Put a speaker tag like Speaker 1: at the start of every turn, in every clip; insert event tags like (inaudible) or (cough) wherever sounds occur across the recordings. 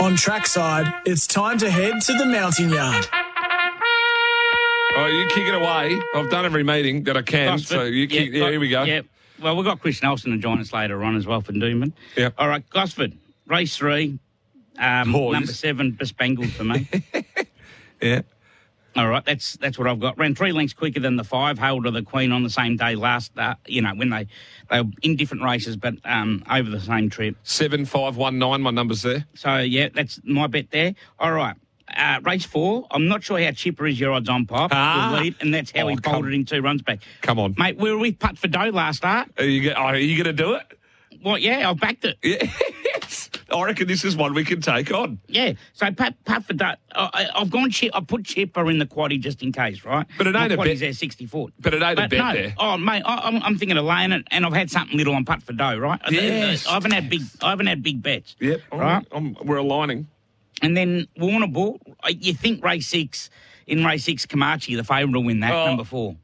Speaker 1: On trackside, it's time to head to the mountain yard.
Speaker 2: Oh, you kick it away. I've done every meeting that I can.
Speaker 3: Right,
Speaker 2: so you
Speaker 3: yeah,
Speaker 2: kick. Yeah,
Speaker 3: right,
Speaker 2: here we go.
Speaker 3: Yeah. Well, we've got Chris Nelson to join us later on as well for Dooman.
Speaker 2: Yeah.
Speaker 3: All right, Gosford, race three, um,
Speaker 2: Oh,
Speaker 3: number
Speaker 2: this-
Speaker 3: seven, bespangled
Speaker 2: (laughs)
Speaker 3: for me.
Speaker 2: Yeah.
Speaker 3: All right, that's that's what I've got. Ran three lengths quicker than the five, hailed of the Queen on the same day last. Uh, you know when they they were in different races, but um, over the same trip.
Speaker 2: Seven five one nine. My number's there.
Speaker 3: So yeah, that's my bet there. All right. Uh, race four. I'm not sure how chipper is your odds on pop.
Speaker 2: Ah.
Speaker 3: Will lead, and that's how
Speaker 2: Oh,
Speaker 3: he
Speaker 2: come-
Speaker 3: folded him two runs back.
Speaker 2: Come on.
Speaker 3: Mate, we were with Putt for Doe last start.
Speaker 2: Are you, go- are you going to do it?
Speaker 3: Well, yeah, I backed it.
Speaker 2: Yes. I reckon this is one we can take on.
Speaker 3: Yeah. So Pat, Pat for that, I, I- I've gone chip. I put Chipper in the quaddy just in case, right?
Speaker 2: But it ain't
Speaker 3: My
Speaker 2: a bet-
Speaker 3: quaddy's there sixty foot.
Speaker 2: but it ain't a bet
Speaker 3: no.
Speaker 2: there.
Speaker 3: Oh mate, I, I'm, I'm thinking of laying it, and I've had something little on putt for dough, right? I-
Speaker 2: Yes.
Speaker 3: I, haven't had big. I haven't had big bets.
Speaker 2: Yep. All
Speaker 3: Right.
Speaker 2: I'm, we're aligning.
Speaker 3: And then Warner Ball. I- You think race six? In race six, Comanche, the favourite, will win that
Speaker 2: Oh.
Speaker 3: number four.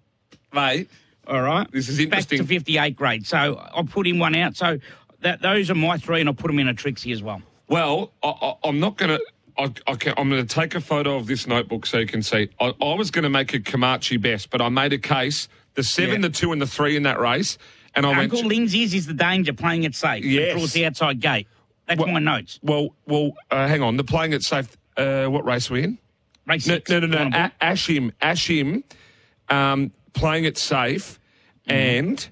Speaker 2: Mate,
Speaker 3: All right.
Speaker 2: This is
Speaker 3: Back
Speaker 2: interesting.
Speaker 3: to 58 grade. So I put in one out. So that those are my three, and I put them in a Trixie as well.
Speaker 2: Well, I, I, I'm not going to. I, I can, I'm going to take a photo of this notebook so you can see. I, I was going to make a Comanche best, but I made a case the seven, the
Speaker 3: Yeah.
Speaker 2: two, and the three in that race, and I
Speaker 3: Uncle
Speaker 2: went.
Speaker 3: Lindsay's is the danger playing it safe. It
Speaker 2: Yes.
Speaker 3: draws the outside gate. That's
Speaker 2: Well-
Speaker 3: my notes.
Speaker 2: Well, well, uh, hang on. The playing it safe. Uh, what race are we in?
Speaker 3: Race
Speaker 2: No,
Speaker 3: six.
Speaker 2: no, no, no.
Speaker 3: Warrnambool.
Speaker 2: A- Ashim, Ashim, um, playing it safe, and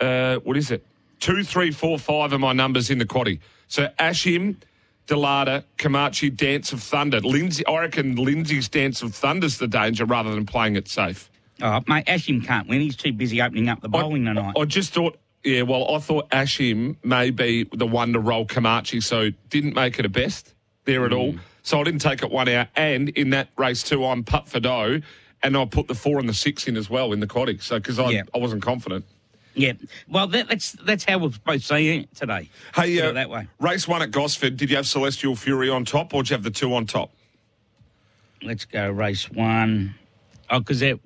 Speaker 2: uh, what is it? Two, three, four, five are my numbers in the quaddy. So Ashim, Delada, Comanche, Dance of Thunder. Lindsay, I reckon Lindsay's Dance of Thunder's the danger rather than playing it safe.
Speaker 3: Oh, mate, Ashim can't win. He's too busy opening up the bowling tonight.
Speaker 2: I just thought, yeah, well, I thought Ashim may be the one to roll Comanche, so didn't make it a best there at
Speaker 3: Hmm.
Speaker 2: all. So I didn't take it one out. And in that race too, I'm putt for dough, and I put the four and the six in as well in the quaddy, so because I,
Speaker 3: Yeah.
Speaker 2: I wasn't confident.
Speaker 3: yeah. Well, that, that's that's how we're both seeing it today.
Speaker 2: Hey,
Speaker 3: Put it
Speaker 2: uh,
Speaker 3: that way.
Speaker 2: race one at Gosford, did you have Celestial Fury on top, or did you have the two on top?
Speaker 3: Let's go race one. Oh, because they're.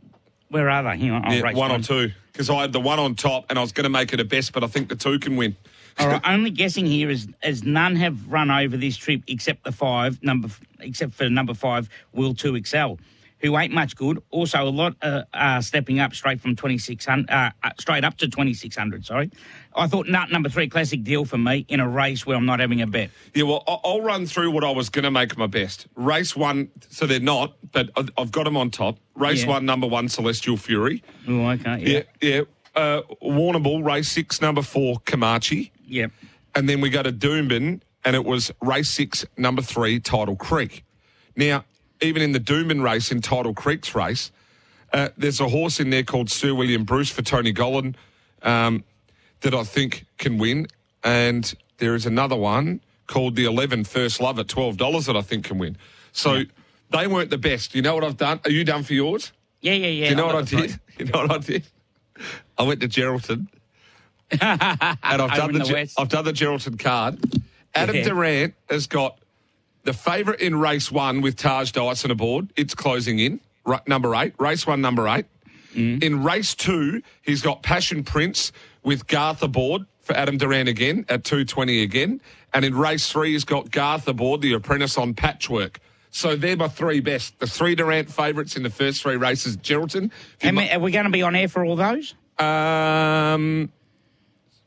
Speaker 3: Where are they? Hang on. Oh,
Speaker 2: Yeah,
Speaker 3: race
Speaker 2: one or two, because I had the one on top, and I was going to make it a best, but I think the two can win.
Speaker 3: All right, (laughs) only guessing here is as none have run over this trip except the five number, f- except for number five Will Two Excel, who ain't much good. Also, a lot uh, are stepping up straight from twenty six hundred, uh, uh, straight up to twenty six hundred. Sorry, I thought nut number three classic deal for me in a race where I'm not having a bet.
Speaker 2: Yeah, well, I- I'll run through what I was going to make my best. Race one, so they're not, but I- I've got them on top. Race
Speaker 3: Yeah.
Speaker 2: one, number one, Celestial Fury.
Speaker 3: Oh, okay, yeah,
Speaker 2: Yeah, yeah. Uh, Warnable, race six, number four, Comanche.
Speaker 3: yeah.
Speaker 2: And then we go to Doomben, and it was race six, number three, Tidal Creek. Now, even in the Doomben race, in Tidal Creek's race, uh, there's a horse in there called Sir William Bruce for Tony Gollan um, that I think can win. And there is another one called the 11 First Love at $12 that I think can win. So they weren't the best. You know what I've done? Are you done for yours?
Speaker 3: Yeah, yeah, yeah.
Speaker 2: you know
Speaker 3: I've
Speaker 2: what I
Speaker 3: got the three.
Speaker 2: did? (laughs) You know what I did? I went to Geraldton. and I've done
Speaker 3: in
Speaker 2: the,
Speaker 3: the
Speaker 2: Ge-
Speaker 3: West.
Speaker 2: I've done the Geraldton card. Adam
Speaker 3: Yeah.
Speaker 2: Durant has got the favourite in race one with Taj Dyson aboard. It's closing in. Right, number eight. Race one, number eight. In race two, he's got Passion Prince with Garth aboard for Adam Duran again at 220 again. And in race three, he's got Garth aboard, the apprentice on patchwork. So they're my three best. The three Durant favourites in the first three races at Geraldton. If you
Speaker 3: Am I- Are we going to be on air for all those?
Speaker 2: um,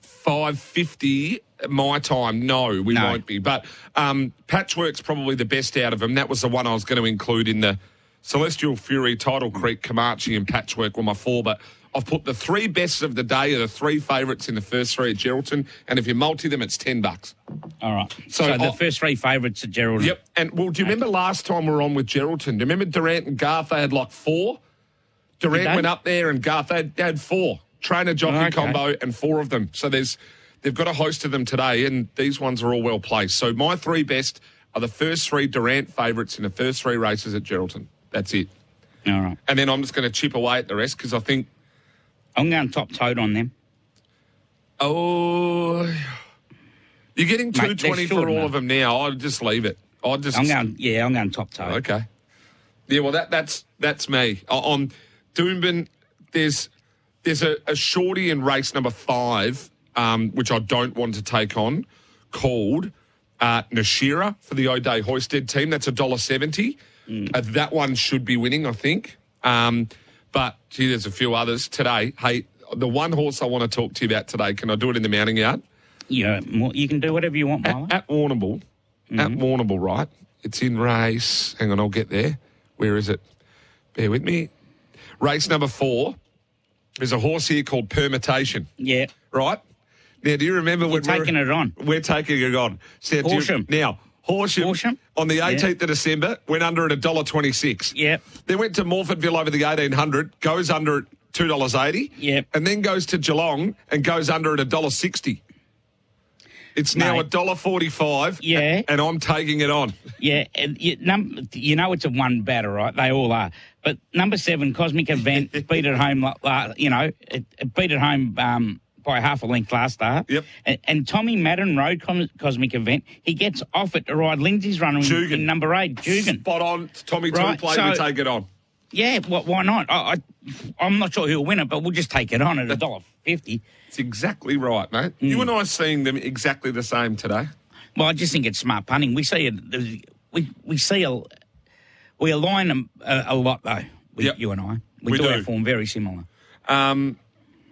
Speaker 2: five fifty my time. No, we
Speaker 3: No.
Speaker 2: won't be. But um, Patchwork's probably the best out of them. That was the one I was going to include in the Celestial Fury, Tidal Creek, Comanche, and Patchwork were my four. But I've put the three best of the day are the three favourites in the first three at Geraldton, and if you multi them, it's ten bucks.
Speaker 3: All right. So,
Speaker 2: So
Speaker 3: the
Speaker 2: I'll-
Speaker 3: first three favourites are Gerald.
Speaker 2: Yep. And well, do you remember last time we were on with Geraldton? Do you remember Durant and Garth? They had like four. Durant
Speaker 3: Did they?
Speaker 2: went up there, and Garth they had, they had four trainer jockey
Speaker 3: Okay.
Speaker 2: combo, and four of them. So there's they've got a host of them today, and these ones are all well placed. So my three best are the first three Durant favourites in the first three races at Geraldton. That's it.
Speaker 3: All right.
Speaker 2: And then I'm just going to chip away at the rest because I think
Speaker 3: I'm going top toad on them.
Speaker 2: oh, you're getting
Speaker 3: they're
Speaker 2: two twenty for
Speaker 3: short
Speaker 2: all
Speaker 3: enough.
Speaker 2: of them now. I'll just leave it. I'll just
Speaker 3: I'm going. Yeah, I'm going top toad.
Speaker 2: Oh, Okay. Yeah, well that that's that's me. O- On Doomben, there's there's a, a shorty in race number five, um, which I don't want to take on, called uh, Nashira for the O'Day Hoisted team. That's $1.70. Uh, that one should be winning, I think. Um, but, gee, there's a few others today. Hey, the one horse I want to talk to you about today, can I do it in the mounting yard?
Speaker 3: Yeah, more, you can do whatever you want, Marla.
Speaker 2: At Warnable. At
Speaker 3: Mm-hmm.
Speaker 2: Warnable, right? It's in race. Hang on, I'll get there. Where is it? Bear with me. Race number four. There's a horse here called Permutation,
Speaker 3: (laughs) Yeah.
Speaker 2: right? Now, do you remember when we were-
Speaker 3: taking it on.
Speaker 2: We're taking it on. So, do you-
Speaker 3: Horsham.
Speaker 2: now, Horsham,
Speaker 3: Horsham?
Speaker 2: on the 18th of December went under at $1.26.
Speaker 3: Yep.
Speaker 2: Then went to Morfordville over the 1800, goes under at $2.80.
Speaker 3: Yep.
Speaker 2: And then goes to Geelong and goes under at $1.60. It's now
Speaker 3: Mate.
Speaker 2: $1.45.
Speaker 3: Yeah.
Speaker 2: And I'm taking it on.
Speaker 3: Yeah, and you, num- you know it's a one batter, right? They all are. But number seven, Cosmic (laughs) Event, beat it home. la- la- You know, it, it beat it home um, by half a length last start.
Speaker 2: Yep.
Speaker 3: And, and Tommy Madden rode Com- Cosmic Event. He gets off it to ride Lindsay's runner in,
Speaker 2: Dugan.
Speaker 3: in number eight, Dugan.
Speaker 2: Spot on. Tommy
Speaker 3: Right,
Speaker 2: Two play, we
Speaker 3: so-
Speaker 2: take it on.
Speaker 3: Yeah, wh- why not? I, I, I'm not sure who'll win it, but we'll just take it on at a dollar fifty.
Speaker 2: It's exactly right, mate.
Speaker 3: Mm.
Speaker 2: You and I are seeing them exactly the same today.
Speaker 3: Well, I just think it's smart punting. We see it. We we see a we align them a, a lot though. We,
Speaker 2: Yep.
Speaker 3: You and I, we,
Speaker 2: We
Speaker 3: do, our
Speaker 2: do.
Speaker 3: form very similar.
Speaker 2: Um,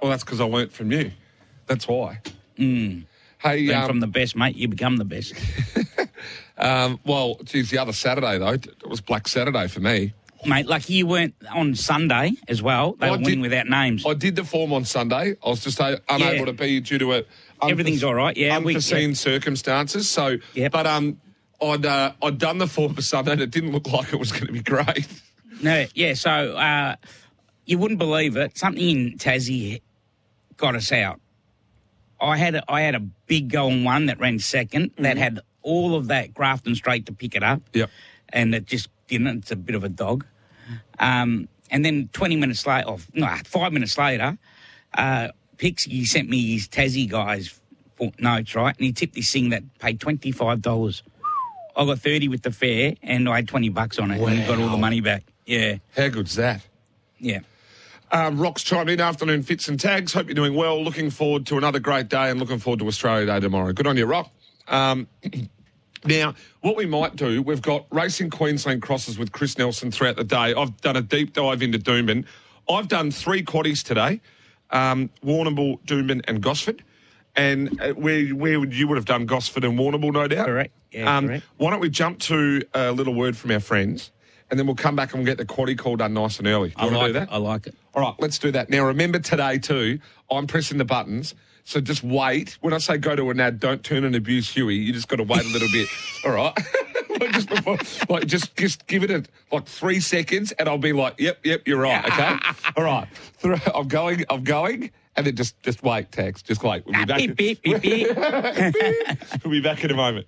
Speaker 2: well, that's because I learnt from you. That's why. Hey,
Speaker 3: Mm. Learn
Speaker 2: um,
Speaker 3: from the best, mate. You become the best. (laughs)
Speaker 2: um, well, geez, the other Saturday though, t- it was Black Saturday for me.
Speaker 3: Mate, lucky you weren't on Sunday as well. They
Speaker 2: I
Speaker 3: were
Speaker 2: did-
Speaker 3: winning without names.
Speaker 2: I did the form on Sunday. I was just uh, unable
Speaker 3: Yeah.
Speaker 2: to be due to it.
Speaker 3: Everything's all right, yeah, we-
Speaker 2: unforeseen circumstances. So,
Speaker 3: Yep.
Speaker 2: but um, I'd uh, I'd done the form for Sunday, and it didn't look like it was going to be great.
Speaker 3: No, yeah, so uh, you wouldn't believe it. Something in Tassie got us out. I had a, I had a big go on one that ran 2nd that had all of that Grafton straight to pick it up.
Speaker 2: Yep.
Speaker 3: And it just didn't. It's a bit of a dog. Um, and then 20 minutes later, or no, five minutes later, uh, Pixie sent me his Tassie guy's for- notes, right? And he tipped this thing that paid $25. I got 30 with the fare and I had 20 bucks on it and got all the money back. Yeah,
Speaker 2: How good's that?
Speaker 3: yeah.
Speaker 2: Um, Rocks chime in afternoon fits and tags. Hope you're doing well. Looking forward to another great day and looking forward to Australia Day tomorrow. Good on you, Rock. Um, (clears throat) now, what we might do, we've got Racing Queensland crosses with Chris Nelson throughout the day. I've done a deep dive into Doomben. I've done three quaddies today um, Warrnambool, Doomben, and Gosford. And uh, where, where would- you would have done Gosford and Warrnambool, no doubt. Um,
Speaker 3: Correct. Yeah, correct.
Speaker 2: Why don't we jump to a little word from our friends? And then we'll come back and we'll get the quaddie call done nice and early. Do you
Speaker 3: I
Speaker 2: want to
Speaker 3: like
Speaker 2: do that?
Speaker 3: it. I like it.
Speaker 2: All right, let's do that. Now, remember today, too, I'm pressing the buttons. So just wait. When I say go to an ad, don't turn and abuse Huey. You just got to wait a little bit. (laughs) All right. like just before, like just just give it a, like three seconds, and I'll be like, yep, yep, you're right. Okay. All right. Thr- I'm going. I'm going. And then just just wait, Tex. Just wait. We'll be back.
Speaker 3: Beep, beep, beep, beep.
Speaker 2: we'll be back in a moment.